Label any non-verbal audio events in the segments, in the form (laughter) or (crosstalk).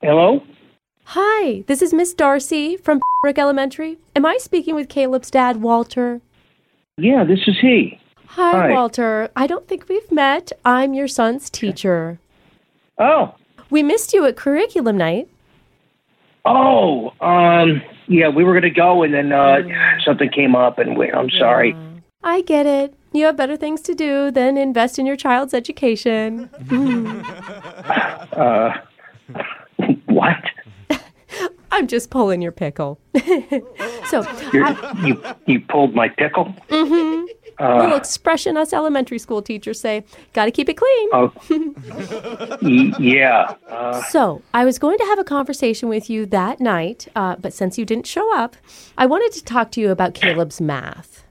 Hello? Hi, this is Miss Darcy from Brick Elementary. Am I speaking with Caleb's dad, Walter? Yeah, this is he. Hi, Hi. Walter. I don't think we've met. I'm your son's teacher. Oh. We missed you at curriculum night. Oh, um, yeah, we were going to go and then uh, something came up and we, I'm sorry. I get it. You have better things to do than invest in your child's education. (laughs) What? I'm just pulling your pickle. (laughs) so, You're, (laughs) you you pulled my pickle? little expression us elementary school teachers say, gotta keep it clean. Oh. Y- yeah. Uh, So, I was going to have a conversation with you that night, uh, but since you didn't show up, I wanted to talk to you about Caleb's math.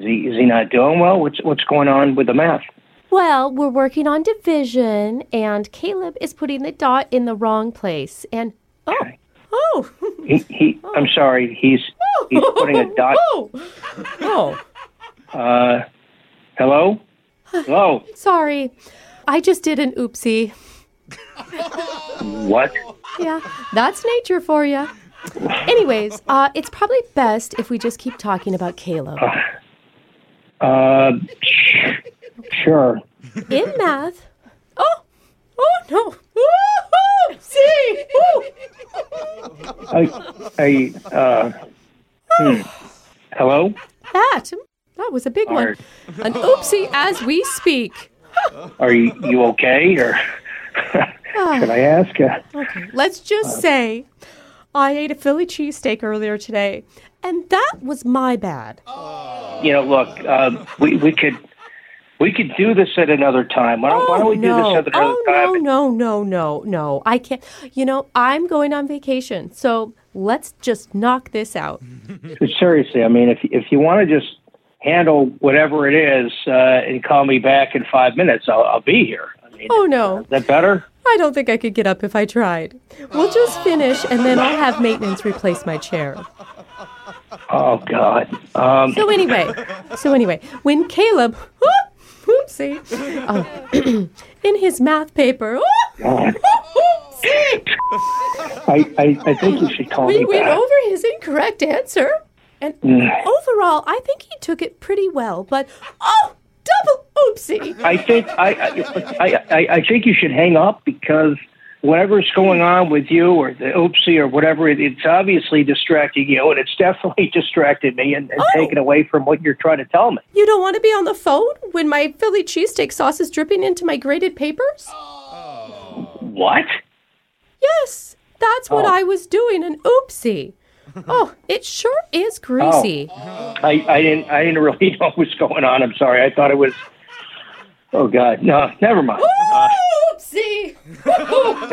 is, he, is he not doing well? What's, what's going on with the math? Well, we're working on division, and Caleb is putting the dot in the wrong place. And oh, oh, He, he, I'm sorry, he's, he's putting (laughs) a dot. oh, oh, Uh, hello? Hello? sorry. I just did an oopsie. What? Yeah, that's nature for you. Anyways, uh, it's probably best if we just keep talking about Caleb. Uh-huh. Uh, sh- sure. in math. Oh, oh no! Woo-hoo! See, Ooh. I, I, uh, hmm. Hello? that that was a big one. Art. An oopsie as we speak. Are you, you okay? Or (laughs) Oh. should I ask? Uh, Let's just say, I ate a Philly cheesesteak earlier today, and that was my bad. Oh, you know, look, uh, we, we could we could do this at another time. Why don't, why don't we do this no. at another oh time? no, no, no, no, no! I can't. You know, I'm going on vacation, so let's just knock this out. Mm-hmm. But seriously, I mean, if if you want to just handle whatever it is uh, and call me back in five minutes, I'll, I'll be here. I mean, Oh no! is that better? I don't think I could get up if I tried. We'll just finish and then I'll have maintenance replace my chair. Oh God. (laughs) Um, So anyway, so anyway, when Caleb, (laughs) oopsie, uh, (clears throat) in his math paper, (laughs) Oh. oopsie, I, I I think you should call we me went back. over his incorrect answer. And overall, I think he took it pretty well, but oh, double oopsie. I think I I, I I I think you should hang up because whatever's going on with you or the oopsie or whatever, it, it's obviously distracting you, and it's definitely (laughs) distracted me and, and taken away from what you're trying to tell me. You don't want to be on the phone when my Philly cheesesteak sauce is dripping into my graded papers? What? Yes, that's what Oh. I was doing, an oopsie. Oh, it sure is greasy. I, I didn't I didn't really (laughs) know what was going on. I'm sorry. I thought it was. Oh God, no, never mind. Uh, Oopsie!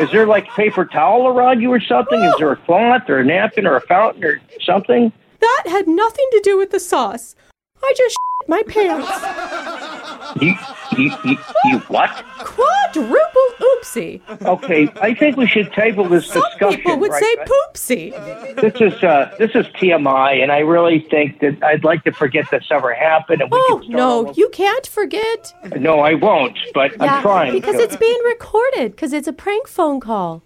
(laughs) is there like paper towel around you or something? Is there a cloth or a napkin or a fountain or something? That had nothing to do with the sauce. I just shit my (laughs) pants. You you you, you what? Quadruple oopsie. Okay, I think we should table this discussion. People would right? say poopsie. this is uh, this is TMI, and I really think that I'd like to forget this ever happened. And we Oh, can start all no, over. you can't forget. no, I won't. But Yeah, I'm trying Because to. it's being recorded, because it's a prank phone call.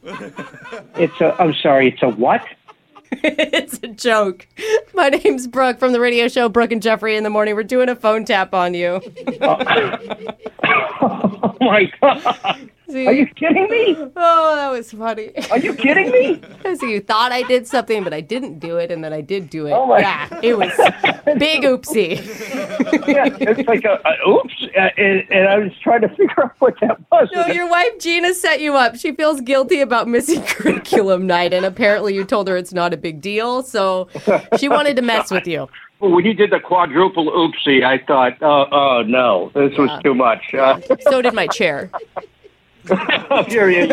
It's a. I'm sorry. It's a what? (laughs) it's a joke. My name's Brooke from the radio show Brooke and Jeffrey in the Morning. We're doing a phone tap on you. Oh my god! Are you kidding me? Oh, that was funny. (laughs) Are you kidding me? So you thought I did something, but I didn't do it, and then I did do it. Oh my- yeah, it (laughs) was big oopsie. Yeah, it's like a, a oops, uh, and, and I was trying to figure out what that was. So your wife Gina set you up. She feels guilty about missing (laughs) curriculum night, and apparently you told her it's not a big deal. So she wanted to mess with you. when you did the quadruple oopsie, I thought, oh, oh no, this was too much. Uh, (laughs) So did my chair. here he is.